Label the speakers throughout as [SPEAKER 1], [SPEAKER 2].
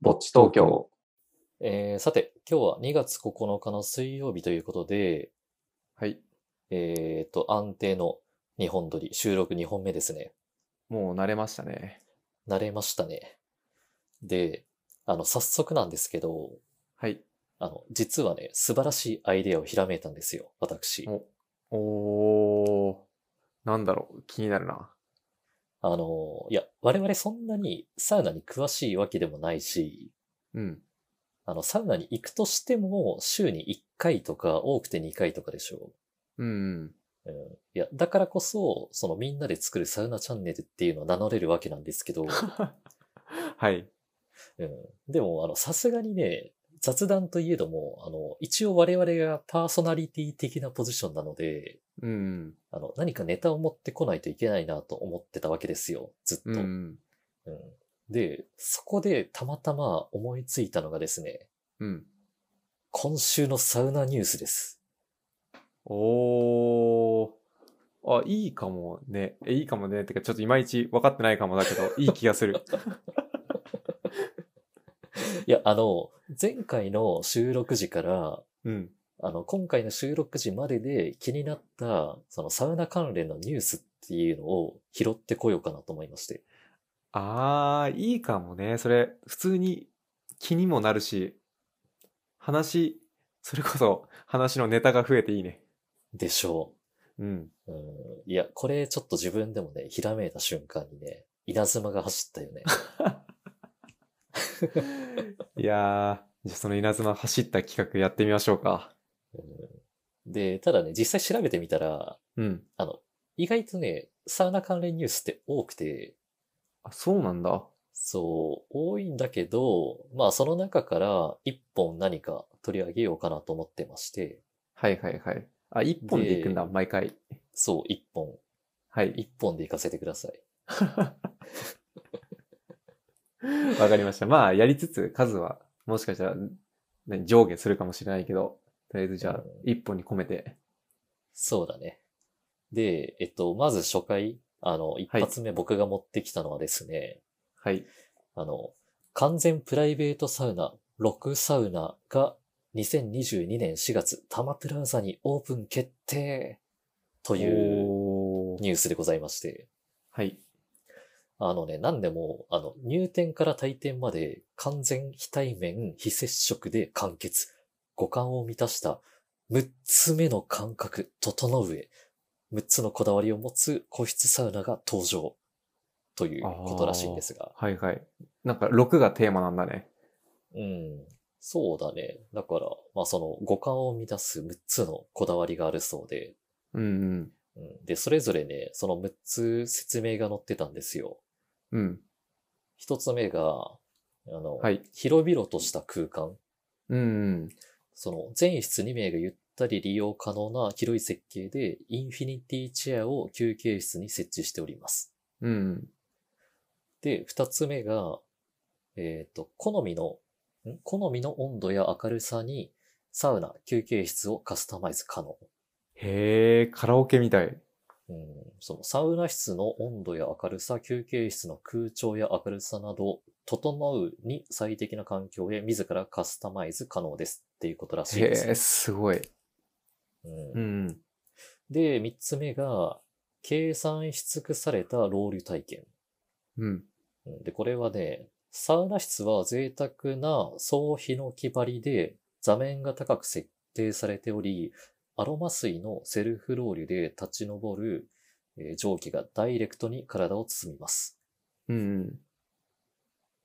[SPEAKER 1] ぼっち東京。
[SPEAKER 2] えーさて、今日は2月9日の水曜日ということで、
[SPEAKER 1] はい。
[SPEAKER 2] えっ、と、安定の2本撮り、収録2本目ですね。
[SPEAKER 1] もう慣れましたね。
[SPEAKER 2] 慣れましたね。で、あの、早速なんですけど、
[SPEAKER 1] はい。
[SPEAKER 2] あの、実はね、素晴らしいアイデアをひらめいたんですよ、私。
[SPEAKER 1] おー。なんだろう。気になるな。
[SPEAKER 2] あの、いや、我々そんなにサウナに詳しいわけでもないし、
[SPEAKER 1] うん。
[SPEAKER 2] あの、サウナに行くとしても、週に1回とか、多くて2回とかでしょう。
[SPEAKER 1] うん。
[SPEAKER 2] うんいや、だからこそ、そのみんなで作るサウナチャンネルっていうのを名乗れるわけなんです けど、
[SPEAKER 1] はい。
[SPEAKER 2] うん、でも、あの、さすがにね、雑談といえども、あの、一応我々がパーソナリティ的なポジションなので、
[SPEAKER 1] うん。
[SPEAKER 2] あの、何かネタを持ってこないといけないなと思ってたわけですよ、ずっと。
[SPEAKER 1] うん。
[SPEAKER 2] うんで、そこでたまたま思いついたのがですね、
[SPEAKER 1] うん。
[SPEAKER 2] 今週のサウナニュースです。
[SPEAKER 1] おー。あ、いいかもね。えいいかもね。ってか、ちょっといまいち分かってないかもだけ ど、いい気がする。
[SPEAKER 2] いや、あの、前回の収録時から、
[SPEAKER 1] うん。
[SPEAKER 2] あの、今回の収録時までで気になった、そのサウナ関連のニュースっていうのを拾ってこようかなと思いまして。
[SPEAKER 1] あー、いいかもね。それ、普通に気にもなるし、話、それこそ話のネタが増えていいね。
[SPEAKER 2] でしょ
[SPEAKER 1] うん。
[SPEAKER 2] う。うん。いや、これちょっと自分でもね、ひらめいた瞬間にね、稲妻が走ったよね。
[SPEAKER 1] いやー、じゃあその稲妻走った企画やってみましょうか。
[SPEAKER 2] うん、で、ただね、実際調べてみたら、
[SPEAKER 1] うん。
[SPEAKER 2] あの、意外とね、サウナ関連ニュースって多くて、
[SPEAKER 1] あ、そうなんだ。
[SPEAKER 2] そう、多いんだけど、まあその中から一本何か取り上げようかなと思ってまして、
[SPEAKER 1] はいはいはい。あ、一本で行くんだ、毎回。
[SPEAKER 2] そう、一本、
[SPEAKER 1] はい。
[SPEAKER 2] 一本で行かせてください。
[SPEAKER 1] わかりました。まあ、やりつつ数は、もしかしたら、ね、上下するかもしれないけど、とりあえずじゃあ、一本に込めて。
[SPEAKER 2] そうだね。で、えっと、まず初回、あの、一
[SPEAKER 1] はい
[SPEAKER 2] 発目僕が持ってきたのはですね、
[SPEAKER 1] はい。
[SPEAKER 2] あの、完全プライベートサウナ、ロクサウナが2022年4月、タマプラーザにオープン決定という
[SPEAKER 1] おー
[SPEAKER 2] ニュースでございまして、
[SPEAKER 1] はい。
[SPEAKER 2] あのね、なんでも、あの、入店から退店まで完全非対面、非接触で完結。五感を満たした6つ目の感覚、整うへ。6つのこだわりを持つ個室サウナが登場。ということらしいんですが。
[SPEAKER 1] はいはい。なんか、6がテーマなんだね。
[SPEAKER 2] うん。そうだね。だから、まあその五感を満たす6つのこだわりがあるそうで。
[SPEAKER 1] うん
[SPEAKER 2] うん、で、それぞれね、その6つ説明が載ってたんですよ。
[SPEAKER 1] うん。うん。
[SPEAKER 2] 一つ目が、あの、
[SPEAKER 1] はい。
[SPEAKER 2] 広々とした空間。
[SPEAKER 1] うんうん。
[SPEAKER 2] その、全室2名がゆったり利用可能な広い設計で、インフィニティチェアを休憩室に設置しております。
[SPEAKER 1] うんうん。
[SPEAKER 2] で、二つ目が、えっ、と、好みの、ん好みの温度や明るさに、サウナ、休憩室をカスタマイズ可能。
[SPEAKER 1] へえ、カラオケみたい。
[SPEAKER 2] うん、そのサウナ室の温度や明るさ、休憩室の空調や明るさなど、整うに最適な環境へ自らカスタマイズ可能ですっていうことらしいです
[SPEAKER 1] へえ、
[SPEAKER 2] ね。
[SPEAKER 1] すごい。
[SPEAKER 2] うん
[SPEAKER 1] うん。
[SPEAKER 2] で、三つ目が、計算し尽くされたロウリュ体験。
[SPEAKER 1] うん。
[SPEAKER 2] うんで、これはね、サウナ室は贅沢な総ヒノキ張りで座面が高く設定されており、アロマ水のセルフロウリュで立ち上る、えー蒸気がダイレクトに体を包みます。
[SPEAKER 1] うん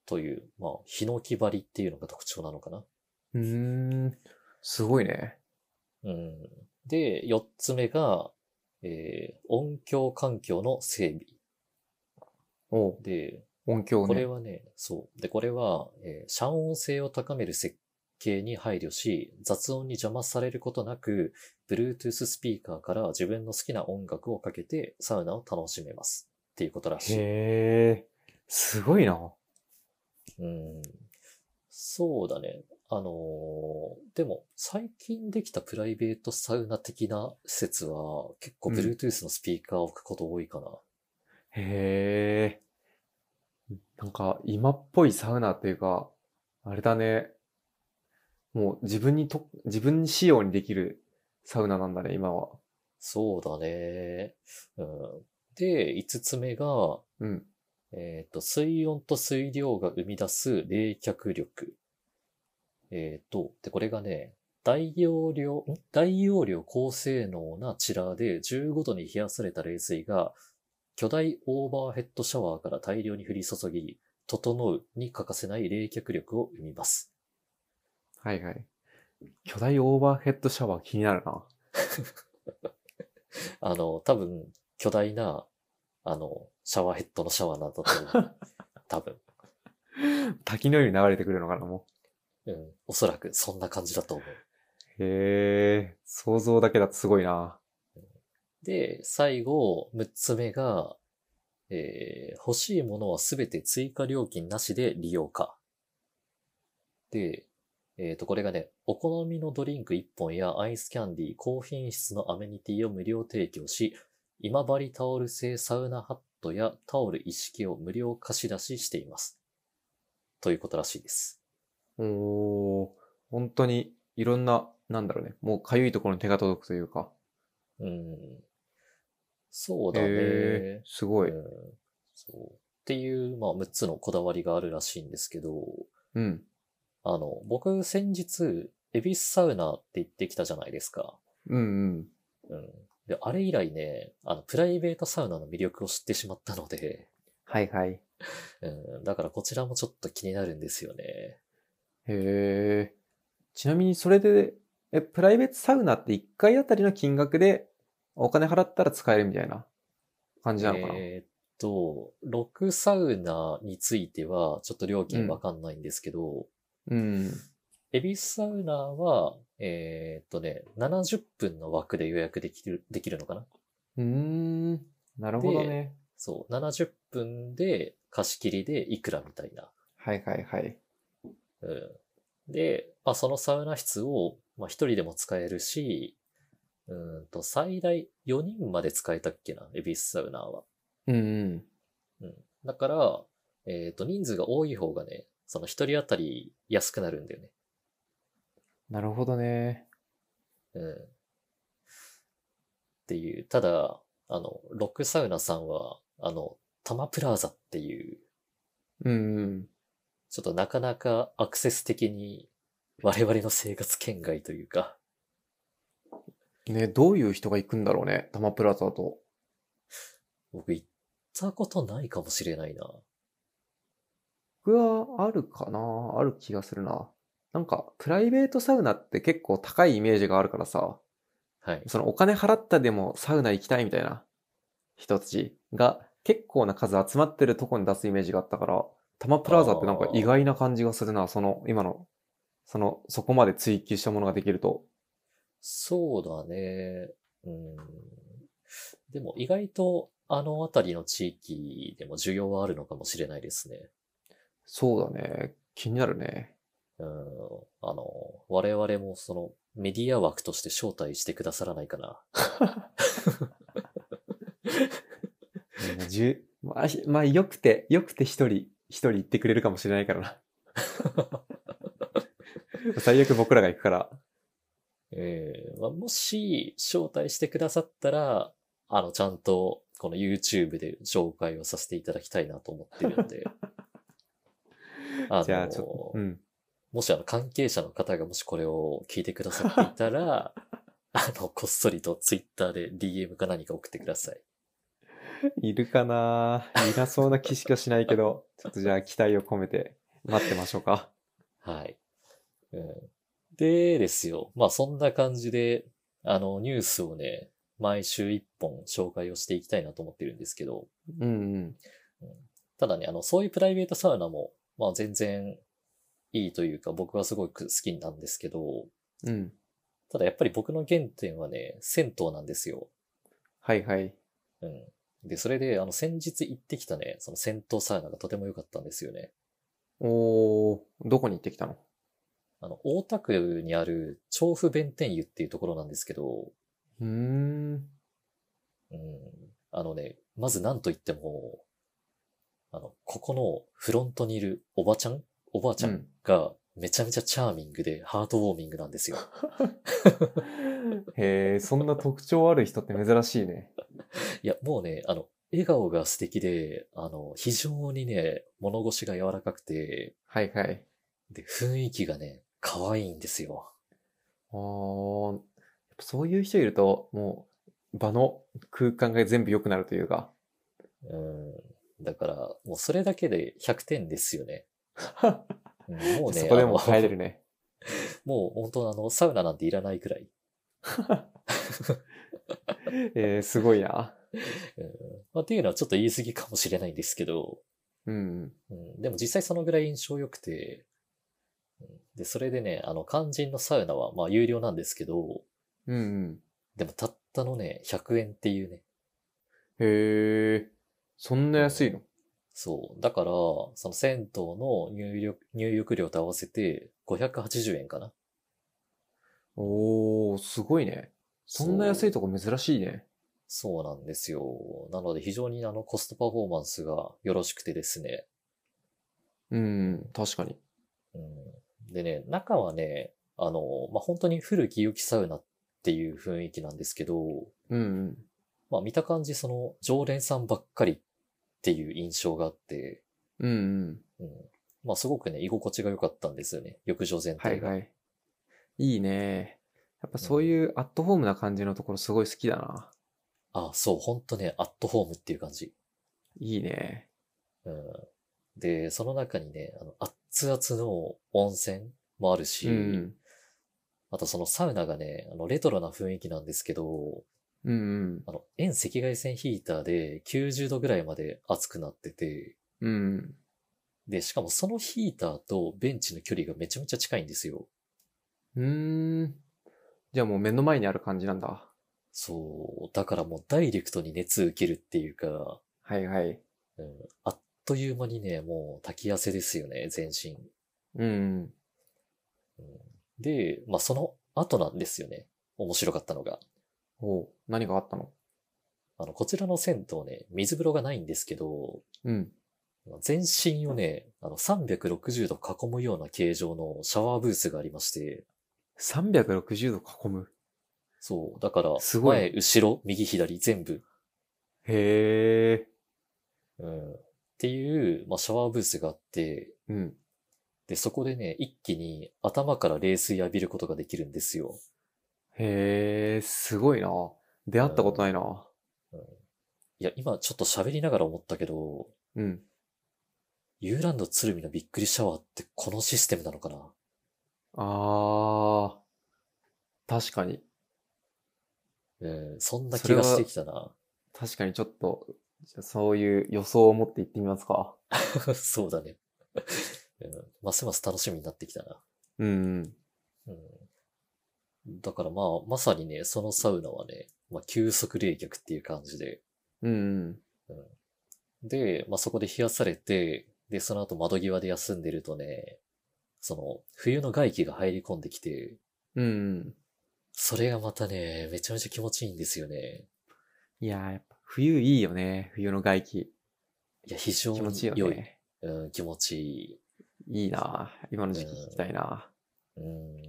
[SPEAKER 2] という、まあ、ヒノキ張りっていうのが特徴なのかな。
[SPEAKER 1] うん。うーん。すごいね。
[SPEAKER 2] うん、で、四つ目が、えー音響環境の整備。
[SPEAKER 1] おう
[SPEAKER 2] で、
[SPEAKER 1] 音響
[SPEAKER 2] これ
[SPEAKER 1] ね。
[SPEAKER 2] はね、そう。で、これは、えー遮音性を高める設計に配慮し、雑音に邪魔されることなく、Bluetooth スピーカーから自分の好きな音楽をかけてサウナを楽しめます。っていうことらしい。
[SPEAKER 1] へえ、すごいな。
[SPEAKER 2] うん。そうだね。あのーでも、最近できたプライベートサウナ的な施設は、結構
[SPEAKER 1] うん
[SPEAKER 2] Bluetooth のスピーカーを置くこと多いかな。
[SPEAKER 1] へえ。なんか、今っぽいサウナっていうか、あれだね。もう自分にと、自分仕様にできるサウナなんだね、今は。
[SPEAKER 2] そうだね。うん、で、五つ目が、
[SPEAKER 1] うん。
[SPEAKER 2] えっ、と、水温と水量が生み出す冷却力。えっ、と、で、これがね、大容量、ん大容量高性能なチラーで15度に冷やされた冷水が巨大オーバーヘッドシャワーから大量に降り注ぎ、整うに欠かせない冷却力を生みます。
[SPEAKER 1] はいはい。巨大オーバーヘッドシャワー気になるな。
[SPEAKER 2] あの、多分、巨大な、あの、シャワーヘッドのシャワーなんだと思う。多分。
[SPEAKER 1] 滝のように流れてくるのかな、も
[SPEAKER 2] うん。おそらく、そんな感じだと思う。
[SPEAKER 1] う。へえ、想像だけだとすごいな。
[SPEAKER 2] で、最後、6つ目が、えー欲しいものはすべて追加料金なしで利用可。で、えっ、と、これがね、お好みのドリンク1本やアイスキャンディー、高品質のアメニティを無料提供し、今治タオル製サウナハットやタオル一式を無料貸し出ししています。ということらしいです。
[SPEAKER 1] おー、本当にいろんな、なんだろうね。もうかゆいところに手が届くというか。
[SPEAKER 2] うん。そうだね。
[SPEAKER 1] へえ、すごい。
[SPEAKER 2] うん、そう。っていう、まあ、6つのこだわりがあるらしいんですけど、
[SPEAKER 1] うん。
[SPEAKER 2] あの、僕、先日、エビスサウナって言ってきたじゃないですか。
[SPEAKER 1] うんうん。
[SPEAKER 2] うん。で、あれ以来ね、あの、プライベートサウナの魅力を知ってしまったので、
[SPEAKER 1] はいはい。へ
[SPEAKER 2] うん、だからこちらもちょっと気になるんですよね。
[SPEAKER 1] え。ちなみにそれで、え、プライベートサウナって1回あたりの金額でお金払ったら使えるみたいな感じなのかな、
[SPEAKER 2] えーっと、6サウナについては、ちょっと料金わかんないんですけど、
[SPEAKER 1] うん。
[SPEAKER 2] エビスサウナは、えーっとね、70分の枠で予約できる、できるのかな
[SPEAKER 1] うーん。なるほどね。
[SPEAKER 2] そう、70分で貸し切りでいくらみたいな。
[SPEAKER 1] はいはいはい。
[SPEAKER 2] うん、で、まあ、そのサウナ室を、まあ、一人でも使えるし、うーんと、最大4人まで使えたっけな、エビスサウナーは。
[SPEAKER 1] うんうん。
[SPEAKER 2] うん、だから、えっ、と、人数が多い方がね、その一人当たり安くなるんだよね。
[SPEAKER 1] なるほどね。
[SPEAKER 2] うん。っていう、ただ、あの、ロックサウナさんは、あの、タマプラザっていう、
[SPEAKER 1] うんうん。
[SPEAKER 2] ちょっとなかなかアクセス的に我々の生活圏外というか、
[SPEAKER 1] ね、どういう人が行くんだろうね。タマプラザと。
[SPEAKER 2] 僕行ったことないかもしれないな。
[SPEAKER 1] 僕はあるかなある気がするな。なんか、プライベートサウナって結構高いイメージがあるからさ、
[SPEAKER 2] はい。
[SPEAKER 1] そのお金払ったでもサウナ行きたいみたいな人たちが結構な数集まってるとこに出すイメージがあったから、タマプラザってなんか意外な感じがするな。その、今の、その、そこまで追求したものができると。
[SPEAKER 2] そうだね。うん。でも意外とあの辺りの地域でも需要はあるのかもしれないですね。
[SPEAKER 1] そうだね。気になるね。
[SPEAKER 2] うん。あの、我々もそのメディア枠として招待してくださらないかな。
[SPEAKER 1] もう十まあ、ひまあ、よくて、よくて一人、一人行ってくれるかもしれない からな。最悪僕らが行くから。
[SPEAKER 2] ええまあ、もし招待してくださったら、あの、ちゃんとこの YouTube で紹介をさせていただきたいなと思ってるの で。あ
[SPEAKER 1] じゃあ、ちょっと、うん。
[SPEAKER 2] もしあの関係者の方がもしこれを聞いてくださっていた ら、あの、こっそりとツイッターで DM か何か送ってください。
[SPEAKER 1] いるかないなそうな気しかしないけ ど、ちょっとじゃあ期待を込めて待ってましょうか。
[SPEAKER 2] はい。うん、でですよ。まあそんな感じで、あの、ニュースをね、毎週一本紹介をしていきたいなと思ってるんですけど、
[SPEAKER 1] うんうん。
[SPEAKER 2] ただね、あの、そういうプライベートサウナも、まあ全然いいというか、僕はすごく好きなんですけど、
[SPEAKER 1] うん。
[SPEAKER 2] ただやっぱり僕の原点はね、銭湯なんですよ。
[SPEAKER 1] はいはい。
[SPEAKER 2] うん。で、それで、あの、先日行ってきたね、その戦闘サウナがとても良かったんですよね。
[SPEAKER 1] おー、どこに行ってきたの
[SPEAKER 2] あの、大田区にある調布弁天湯っていうところなんですけど、
[SPEAKER 1] うーん。
[SPEAKER 2] うん。あのね、まず何と言っても、あの、ここのフロントにいるおばちゃんおばあちゃ
[SPEAKER 1] うんん
[SPEAKER 2] が、めちゃめちゃチャーミングでハートウォーミングなんですよ。
[SPEAKER 1] へえ、そんな特徴ある人って珍しいね。
[SPEAKER 2] いや、もうね、あの、笑顔が素敵で、あの、非常にね、物腰が柔らかくて、
[SPEAKER 1] はいはい。
[SPEAKER 2] で、雰囲気がね、可愛いんですよ。
[SPEAKER 1] あーやっぱそういう人いると、もう、場の空間が全部良くなるというか。
[SPEAKER 2] うん。だから、もうそれだけで100点ですよね。うんもうね、
[SPEAKER 1] そこでも
[SPEAKER 2] あの
[SPEAKER 1] 帰れるね。
[SPEAKER 2] もう本当あの、サウナなんていらないくらい。
[SPEAKER 1] えー、すごいな。
[SPEAKER 2] うんまあ、っていうのはちょっと言い過ぎかもしれないんですけど、
[SPEAKER 1] うん。
[SPEAKER 2] うん、でも実際そのぐらい印象良くて、うんで、それでね、あの、肝心のサウナは、まあ、有料なんですけど、
[SPEAKER 1] うんうん。
[SPEAKER 2] でもたったのね、100円っていうね。
[SPEAKER 1] へえ、そんな安いの
[SPEAKER 2] そう。だから、その銭湯の入浴、入浴料と合わせて580円かな。
[SPEAKER 1] おー、すごいね。そんな安い
[SPEAKER 2] と
[SPEAKER 1] とこ珍しいね。
[SPEAKER 2] そうなんですよ。なので非常にあのコストパフォーマンスがよろしくてですね。
[SPEAKER 1] うん、確かに。
[SPEAKER 2] うん、でね、中はね、あの、まあ、本当に古き良きサウナっていう雰囲気なんですけど、
[SPEAKER 1] うんうん。
[SPEAKER 2] まあ、見た感じその常連さんばっかりっていう印象があって、
[SPEAKER 1] うんうん。
[SPEAKER 2] うん、まあ、すごくね、居心地が良かったんですよね。浴場全
[SPEAKER 1] は
[SPEAKER 2] 体
[SPEAKER 1] い
[SPEAKER 2] が。
[SPEAKER 1] はい。いいね。やっぱそういうアットホームな感じのところすごい好きだな。
[SPEAKER 2] あ、そう、本当ね、アットホームっていう感じ。
[SPEAKER 1] いいね。
[SPEAKER 2] うん、で、その中にね、あの、熱々の温泉もあるし、
[SPEAKER 1] うん。
[SPEAKER 2] あとそのサウナがね、あの、レトロな雰囲気なんですけど、
[SPEAKER 1] うんうん。
[SPEAKER 2] あの、遠赤外線ヒーターで90度ぐらいまで熱くなってて、
[SPEAKER 1] うん。
[SPEAKER 2] で、しかもそのヒーターとベンチの距離がめちゃめちゃ近いんですよ。
[SPEAKER 1] うーん。じゃあもう目の前にある感じなんだ。
[SPEAKER 2] そう、だからもうダイレクトに熱受けるっていうか、
[SPEAKER 1] はいはい。
[SPEAKER 2] うん、あっという間にね、もう滝汗ですよね、全身。
[SPEAKER 1] うん。
[SPEAKER 2] で、まあその後なんですよね。面白かったのが。
[SPEAKER 1] おう何があったの
[SPEAKER 2] あの、こちらの銭湯ね、水風呂がないんですけど、
[SPEAKER 1] うん。
[SPEAKER 2] 全身をね、あの、360度囲むような形状のシャワーブースがありまして、
[SPEAKER 1] 360度囲む。
[SPEAKER 2] そう、だから、
[SPEAKER 1] すごい
[SPEAKER 2] 前、後ろ、右、左、全部、
[SPEAKER 1] へえ。
[SPEAKER 2] うん、っていう、まあ、シャワーブースがあって、
[SPEAKER 1] うん。
[SPEAKER 2] で、そこでね、一気に頭から冷水浴びることができるんですよ。
[SPEAKER 1] へえ、すごいな。出会ったことないな。
[SPEAKER 2] いや、今ちょっと喋りながら思ったけど、
[SPEAKER 1] うん。
[SPEAKER 2] ユーランド鶴見のびっくりシャワーってこのシステムなのかな
[SPEAKER 1] あー。確かに。
[SPEAKER 2] うん、そんな
[SPEAKER 1] そ
[SPEAKER 2] 気
[SPEAKER 1] れ
[SPEAKER 2] が
[SPEAKER 1] は
[SPEAKER 2] してきたな。
[SPEAKER 1] 確かにちょっと、じゃあそういう予想を持って行ってみますか。
[SPEAKER 2] そうだね、うん。ますます楽しみになってきたな。
[SPEAKER 1] うん。
[SPEAKER 2] うん、だからまあ、まさにね、そのサウナはね、まあ、急速冷却っていう感じで。
[SPEAKER 1] うん。
[SPEAKER 2] で、まあ、そこで冷やされて、で、その後窓際で休んでるとね、その、冬の外気が入り込んできて、
[SPEAKER 1] うん。
[SPEAKER 2] それがまたね、めちゃめちゃ気持ちいいんですよね。
[SPEAKER 1] いやー、やっぱ冬いいよね。冬の外気。
[SPEAKER 2] いや、非常に
[SPEAKER 1] 気
[SPEAKER 2] 良
[SPEAKER 1] 持ちい
[SPEAKER 2] い。
[SPEAKER 1] いよね。
[SPEAKER 2] うん、気持ちいい。
[SPEAKER 1] いいなぁ今の時期聞きたいな
[SPEAKER 2] うん。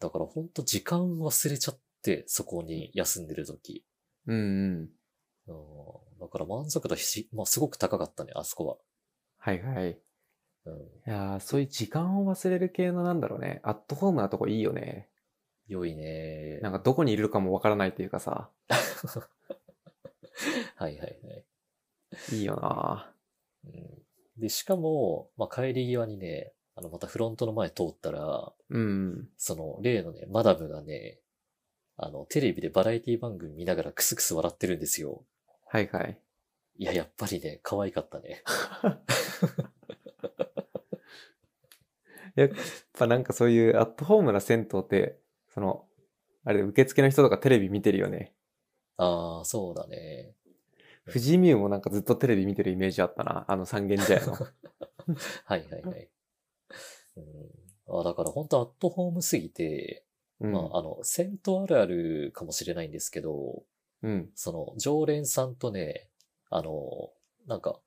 [SPEAKER 2] だからほんと時間忘れちゃって、そこに休んでる時。
[SPEAKER 1] ぁうんうん。
[SPEAKER 2] うん。だから満足度ひし、まあ、すごく高かったね、あそこ
[SPEAKER 1] はいはい。い
[SPEAKER 2] は。うん。
[SPEAKER 1] やーそういう時間を忘れる系のなんだろうね。アットホームなとこいいよね。
[SPEAKER 2] 良いね。
[SPEAKER 1] なんかどこにいるかもわからないというかさ、
[SPEAKER 2] はいはいはい。
[SPEAKER 1] いいよな
[SPEAKER 2] うん、で、しかも、まあ、帰り際にね、あの、またフロントの前通ったら、
[SPEAKER 1] ぁうん。
[SPEAKER 2] その、例のね、マダムがね、あの、テレビでバラエティ番組見ながらクスクス笑ってるんですよ。
[SPEAKER 1] はいはい。
[SPEAKER 2] いや、やっぱりね、可愛かったね。
[SPEAKER 1] やっぱなんかそういうアットホームな銭湯って、その、あれ、受付の人とかテレビ見てるよね。
[SPEAKER 2] ああ、そうだね。
[SPEAKER 1] 富士見もなんかずっとテレビ見てるイメージあったな。あの三軒茶屋の。
[SPEAKER 2] はいはいはい。うん、あだから本当アットホームすぎて、
[SPEAKER 1] うん。
[SPEAKER 2] まあ、あの、銭湯あるあるかもしれないんですけど、
[SPEAKER 1] うん。
[SPEAKER 2] その、常連さんとね、あの、なんか、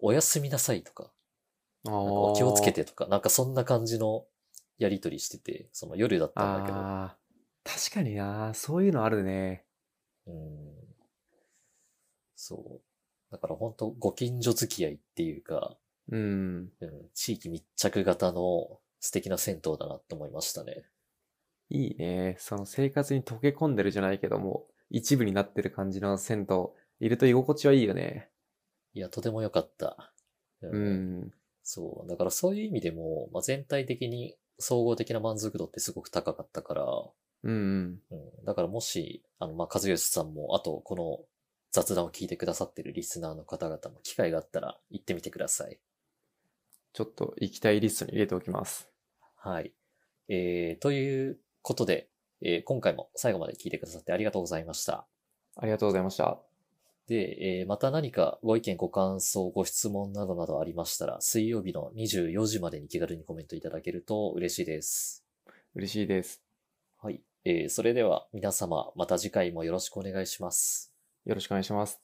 [SPEAKER 2] おやすみなさいとか、なんかお気をつけてとか、なんかそんな感じのやりとりしてて、その夜だったんだけど。
[SPEAKER 1] あー確かになそういうのあるね。
[SPEAKER 2] うん。そう。だから本当ご近所付き合いっていうか、
[SPEAKER 1] うん。
[SPEAKER 2] うん、地域密着型の素敵な銭湯だなって思いましたね。
[SPEAKER 1] いいね。その生活に溶け込んでるじゃないけども、一部になってる感じの銭湯、いると居心地はいいよね。
[SPEAKER 2] いや、とても良かった。う
[SPEAKER 1] う。ん。
[SPEAKER 2] そう。だからそういう意味でも、まあ、全体的に総合的な満足度ってすごく高かったから、
[SPEAKER 1] うんうん。
[SPEAKER 2] うん、だからもし、あの、まあ、和義さんも、あと、この雑談を聞いてくださってるリスナーの方々も機会があったら行ってみてください。
[SPEAKER 1] ちょっと行きたいリストに入れておきます。
[SPEAKER 2] はい。えー、ということで、えー今回も最後まで聞いてくださってありがとうございました。
[SPEAKER 1] ありがとうございました。
[SPEAKER 2] で、えーまた何かご意見、ご感想、ご質問などなどありましたら、水曜日の24時までに気軽にコメントいただけると嬉しいです。
[SPEAKER 1] 嬉しいです。
[SPEAKER 2] はい。えーそれでは皆様、また次回もよろしくお願いします。
[SPEAKER 1] よろしくお願いします。